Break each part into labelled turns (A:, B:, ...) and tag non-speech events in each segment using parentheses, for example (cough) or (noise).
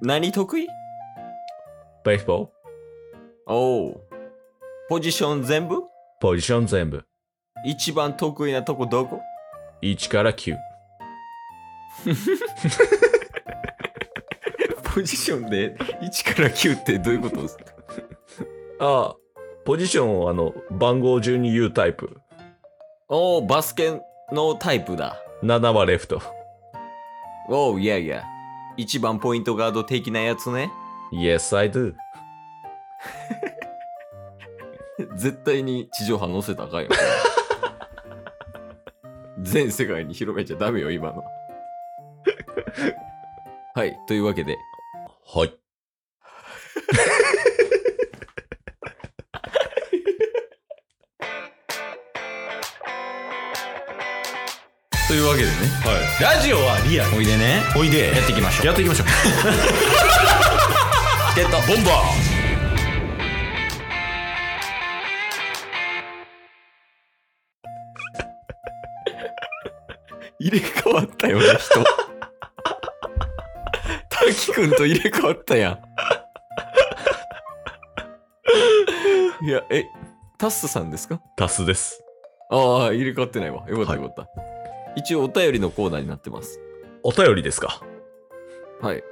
A: 何得意
B: ベースボール、
A: おお。ポジション全部
B: ポジション全部、
A: 一番得意なとこどこ
B: 1から9。
A: ポジションで1から9ってどういうことですか
B: ああ、ポジションをあの、番号順に言うタイプ。
A: おお、バスケのタイプだ。
B: 7はレフト。
A: おお、いやいや。一番ポイントガード的なやつね。
B: Yes, I do.
A: 絶対に地上波載せたらあかんよ。全世界に広めちゃダメよ、今の。はい、というわけで、
B: はい。
A: というわけでね。
B: ラジオはリアル。
A: おいでね。
B: おいで。やっていきましょう。やっていき (laughs) ましょう。
A: ゲット
B: ボンバ
A: 入れ替わったよ
B: (laughs)
A: ね、人。滝くんと入れ替わったやん。いや、え、タッスさんですか
B: ータスです。
A: ああ、入れ替わってないわ。よかった
B: はい
A: よかった。一応お便りのコーナーになってます。
B: お便りですか
A: はい。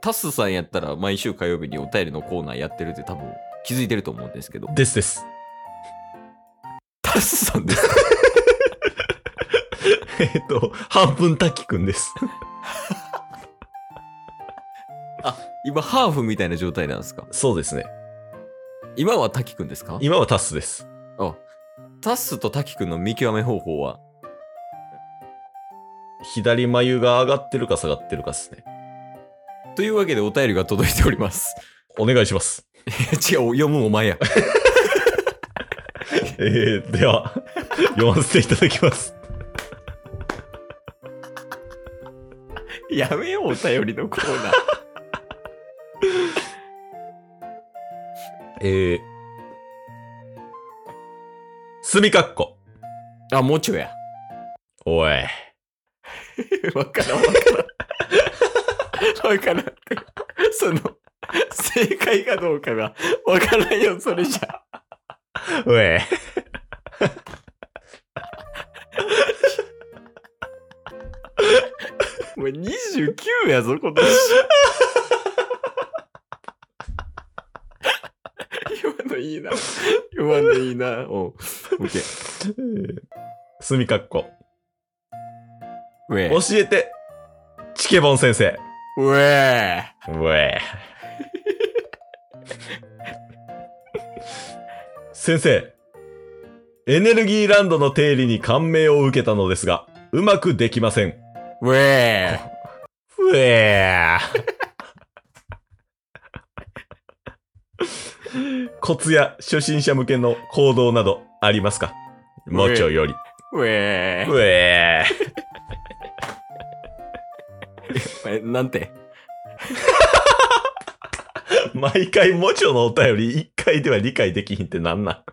A: タッスさんやったら毎週火曜日にお便りのコーナーやってるって多分気づいてると思うんですけど。
B: ですです。
A: タッスさんです。
B: えっと、半分滝くんです。
A: 今、ハーフみたいな状態なんですか
B: そうですね。
A: 今は滝くんですか
B: 今はタスです。
A: タッスと滝くんの見極め方法は
B: 左眉が上がってるか下がってるかですね。
A: というわけでお便りが届いております。
B: お願いします。
A: いや (laughs) 違う、読むお前や。
B: えー、では、読ませていただきま
A: (laughs)
B: す。
A: やめよう、お便りのコーナー。
B: えー、すみかっこ。
A: あ、もちょや。
B: おい。
A: (laughs) わからんわからん。わからん。その、正解かどうかがわからんよ、それじゃ。
B: おい。
A: お前29やぞ、今年。 (laughs) 言わんのいいな。言わんのいいな。おう。オッケー。
B: すみかっこ。
A: ウェ
B: 教えて。チケボン先生。
A: ウェ
B: おい。 (laughs) 先生。エネルギーランドの定理に感銘を受けたのですが、うまくできません。
A: ウェ
B: ふえー。 (laughs) コツや初心者向けの行動などありますかもちょより。
A: ウェ
B: ふえ
A: え、なんて
B: ー。毎回もちょのお便り一回では理解できひんってなんなん (laughs)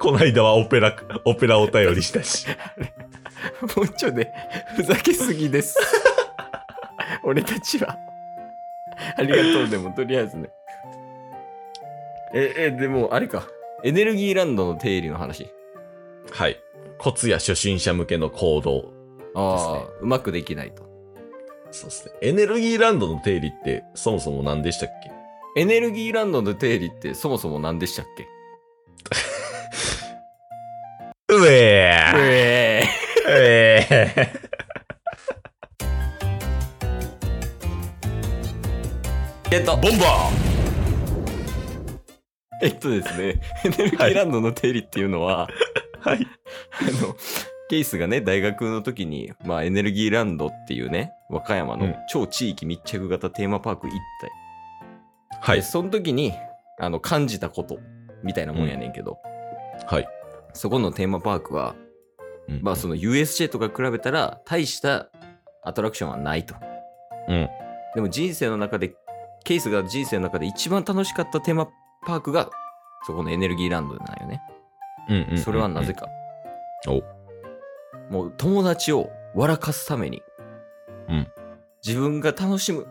B: こないだはオペラ、オペラお便りしたし。
A: もうちょで、ふざけすぎです。俺たちは。ありがとう、でも、とりあえずね。え、え、でも、あれか。エネルギーランドの定理の話。
B: はい。コツや初心者向けの行動。
A: ああ、うまくできないと。
B: そうですね。エネルギーランドの定理ってそもそも何でしたっけ
A: エネルギーランドの定理ってそもそも何でしたっけ
B: うえー。
A: ええ
B: え
A: えっと、
B: ボンバ
A: えっとですね、エネルギーランドの定理っていうのは、
B: ーはい。
A: あの、ケイスがね、大学の時に、まあ、エネルギーランドっていうね、和歌山
B: う
A: の
B: ん
A: 超地域密着型テーマパーク行った
B: は
A: で。その時にあの感じたことみたいなもんやねんけど、
B: はい。
A: そこのテーマパークは、
B: うん
A: まあその USJ とか比べたら大したアトラクションはないと。
B: うん。
A: でも人生の中で、ケイスが人生の中で一番楽しかったテーマパークが、そこのエネルギーランドなんよね。
B: うんうん
A: それはなぜか。
B: お
A: もう友達を笑かすために、
B: うん
A: 自分が楽しむ、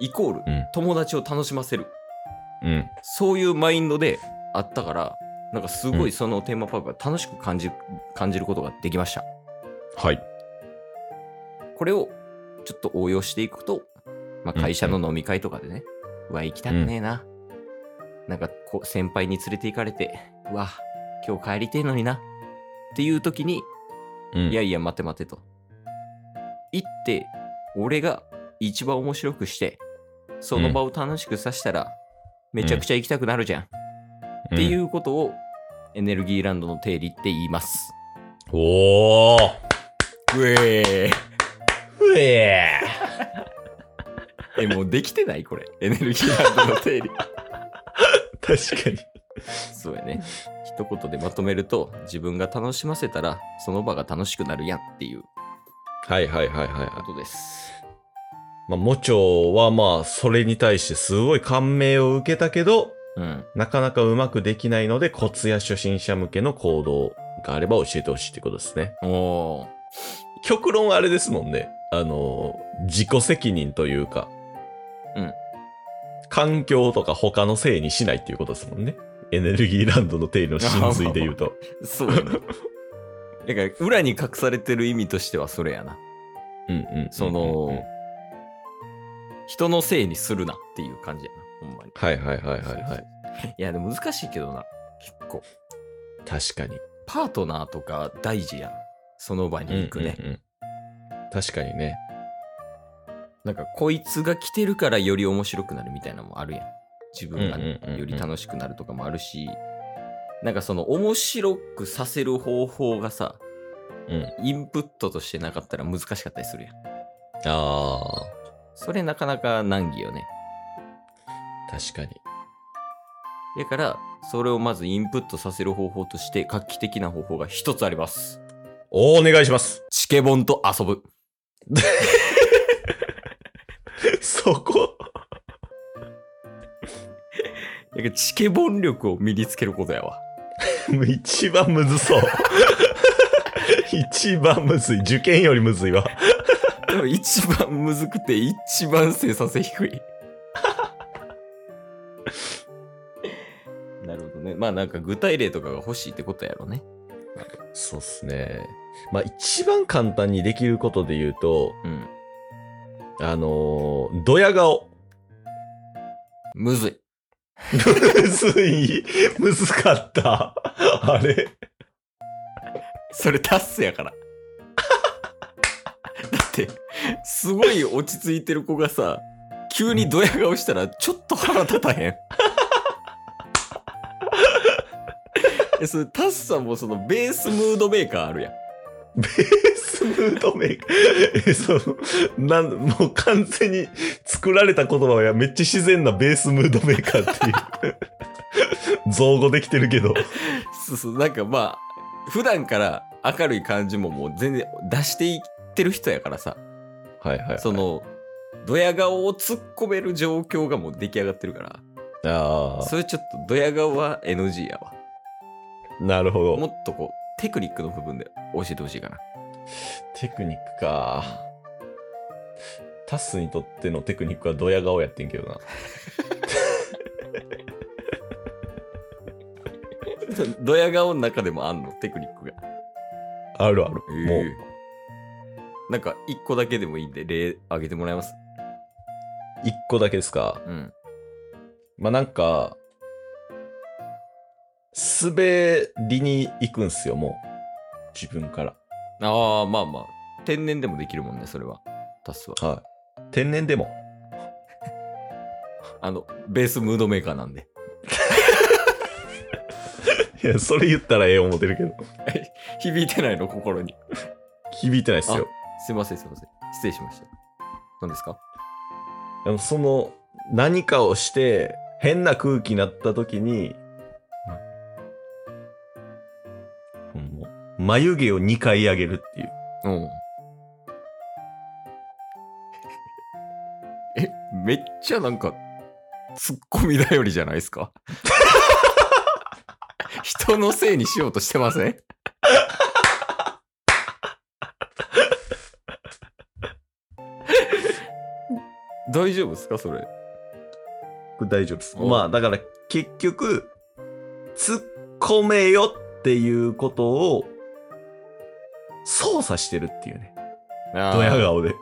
A: イコール、
B: うん
A: 友達を楽しませる。
B: うん。
A: そういうマインドであったから、なんかすご
B: うん
A: いそのテーマパークが楽しく感じ、感じることができました。
B: はい。
A: これをちょっと応用していくと、まあ、会社の飲み会とかでね、うわ、行きたくねえな。なんかこう、先輩に連れて行かれて、うわ、今日帰りてえのにな。っていう時に、
B: うん。。
A: いやいや、待て待てと。行って、俺が一番面白くして、その場を楽しくさせたら、めちゃくちゃ行きたくなるじゃん。っていううことを、エネルギーランドの定理って言います。
B: おー。
A: うえ
B: ふえ
A: え、もうできてないこれ。エネルギーランドの定理。 (laughs)
B: ー。確かに。
A: そうやね。一言でまとめると、自分が楽しませたら、その場が楽しくなるやんっていう
B: はいはいはいはいはい
A: こ。とです。
B: まあ、もちょはまあ、それに対してすごい感銘を受けたけど、
A: うん。
B: なかなかうまくできないので、コツや初心者向けの行動があれば教えてほしいってことですね。
A: おー。
B: 極論あれですもんね。あの、自己責任というか。
A: うん。
B: 環境とか他のせいにしないっていうことですもんね。エネルギーランドの定理の真髄で言う (laughs) と。
A: そう (laughs) やね。だから、裏に隠されてる意味としてはそれやな。
B: うんうんうんうんうん
A: その、人のせいにするなっていう感じやな。ほんまに。
B: はいはいはいはいはい。
A: (laughs) いや、でも難しいけどな。結構。
B: 確かに。
A: パートナーとか大事やん。その場に行くね。
B: うんうんうん確かにね。
A: なんか、こいつが来てるからより面白くなるみたいなのもあるやん。自分が
B: うんうんうんうん
A: より楽しくなるとかもあるし、なんかその面白くさせる方法がさ、
B: うん。
A: インプットとしてなかったら難しかったりするやん。
B: あ
A: それなかなか難儀よね。
B: あ、確かに。
A: だから、それをまずインプットさせる方法として画期的な方法が一つあります。
B: おお願いします。 (laughs)
A: チケボンと遊ぶ。
B: そこ
A: だからチケボン力を身につけることやわ。
B: 一番むずそう。 (laughs) 一番むずい。受験よりむずいわ。
A: でも一番むずくて一番生産性低い。 (laughs) なるほどね。まあなんか具体例とかが欲しいってことやろね。
B: そうっすね。まあ一番簡単にできることで言うと、
A: うん。
B: あのー、ドヤ顔。 (laughs)
A: むずい。
B: むずい。むずかった。あれ
A: それタッスやから。だって、すごい落ち着いてる子がさ、急にドヤ顔したらちょっと腹立たへん。え、それタスさんもそのベースムードメーカーあるやん。
B: スムードメイク。え、その、なん、もう完全に作られた言葉はめっちゃ自然なベースムードメーカーって (laughs) いう。造語できてるけど。
A: そうそう、なんかまあ、普段から明るい感じももう全然出していってる人やからさ、
B: はいはい、はい。
A: そ、の、ドヤ顔を突っ込める状況がもう出来上がってるから、
B: あ
A: それちょっとドヤ顔は NG やわ。
B: あ、なるほ
A: も
B: ど。
A: っとこう、テクニックの部分で教えてほしいかな。
B: テクニックか。タスにとってのテクニックはドヤ顔やってんけどな。
A: ドヤ顔の中でもあんの、テクニックが。
B: あるある。もう、
A: なんか、一個だけでもいいんで、例挙げてもらえます
B: 一個だけですか。
A: うん。
B: まあ、なんか、滑りに行くんすよ、もう。自分から。
A: ああ、まあまあ。天然でもできるもんね、それは。タスは。
B: はい。天然でも。
A: あの、ベースムードメーカーなんで。
B: いや、それ言ったらええ思ってるけど。
A: 響いてないの、心に。
B: 響いてないっすよ。
A: すいません、すいません。失礼しました。何ですか
B: でもその、何かをして、変な空気になった時に、もう眉毛を2回上げるっていう。
A: うん。え、めっちゃなんか、ツッコミ頼りじゃないですか (laughs) 人のせいにしようとしてません大丈夫ですかそれ。
B: これ大丈夫です。
A: お
B: まあ、だから結局、突っ込めよっていうことを操作してるっていうね。
A: あー
B: ドヤ顔で。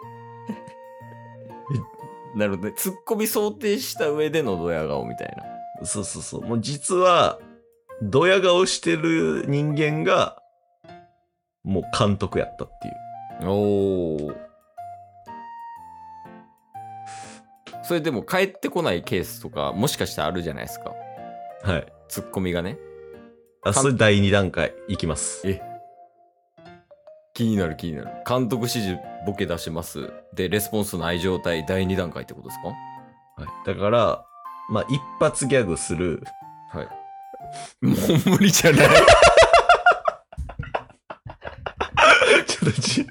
A: なるほどね。ツッコミ想定した上でのドヤ顔みたいな。
B: そうそうそう。もう実は、ドヤ顔してる人間が、もう監督やったっていう。
A: おお。それでも帰ってこないケースとかもしかしたらあるじゃないですか。
B: はい。
A: ツッコミがね。
B: あ、それ第2段階いきます。
A: え気になる気になる。監督指示ボケ出します。で、レスポンスない状態第2段階ってことです
B: はい、だから、まあ、一発ギャグする。 (laughs)
A: かはい。もう無理じゃない。 (laughs)
B: ちょっとち、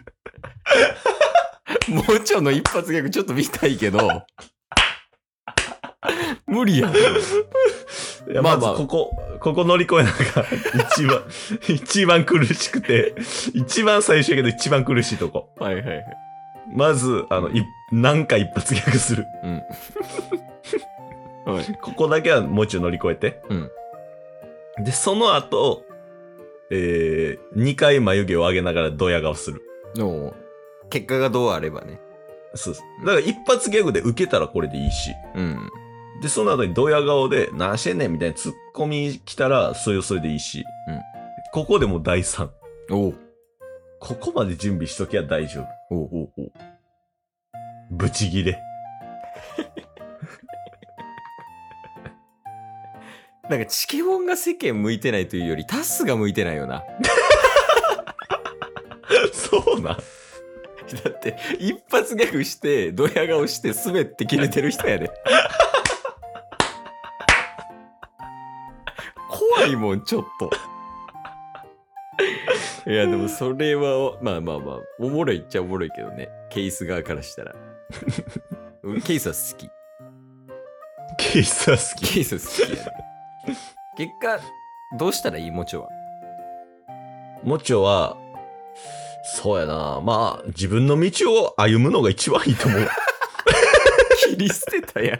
A: もうちょの一発ギャグちょっと見たいけど。 (laughs) 無理やん。
B: いや
A: ま
B: ま
A: あ
B: ず
A: まあ
B: ここ、ここ乗り越えなんか一
A: (laughs)
B: 番、一番苦しくて、一番最初やけど一番苦しいとこ。
A: はいはいはい。
B: まず、あの、い、なんか一発ギャグする。
A: はい。
B: ここだけはもうちょい乗り越えて。
A: うん
B: で、その後、えー、2回眉毛を上げながらドヤ顔する。
A: の結果がどうあればね。
B: そうですだから一発ギャグで受けたらこれでいいし。
A: うん。
B: で、その後にドヤ顔で、なしてんねんみたいなツッコミ来たら、それはそれでいいし。
A: うん
B: ここでもう第3。
A: おう
B: ここまで準備しときゃ大丈夫。
A: おうおうおう
B: ブチギレ。
A: なんかチケボンが世間向いてないというよりタスが向いてないよな。
B: (laughs)
A: (laughs)
B: そうなん。
A: だって一発ギャグしてドヤ顔して滑って切れてる人やで。 (laughs) 怖いもんちょっと。いやでもそれはまあまあまあおもろいっちゃおもろいけどねケース側からしたら。俺ケースは好き。
B: ケースは好き。
A: ケース好きやね。結果、どうしたらいいもちろんは。
B: もちょは、そうやな。まあ、自分の道を歩むのが一番いいと思う。
A: 切り捨てたやん。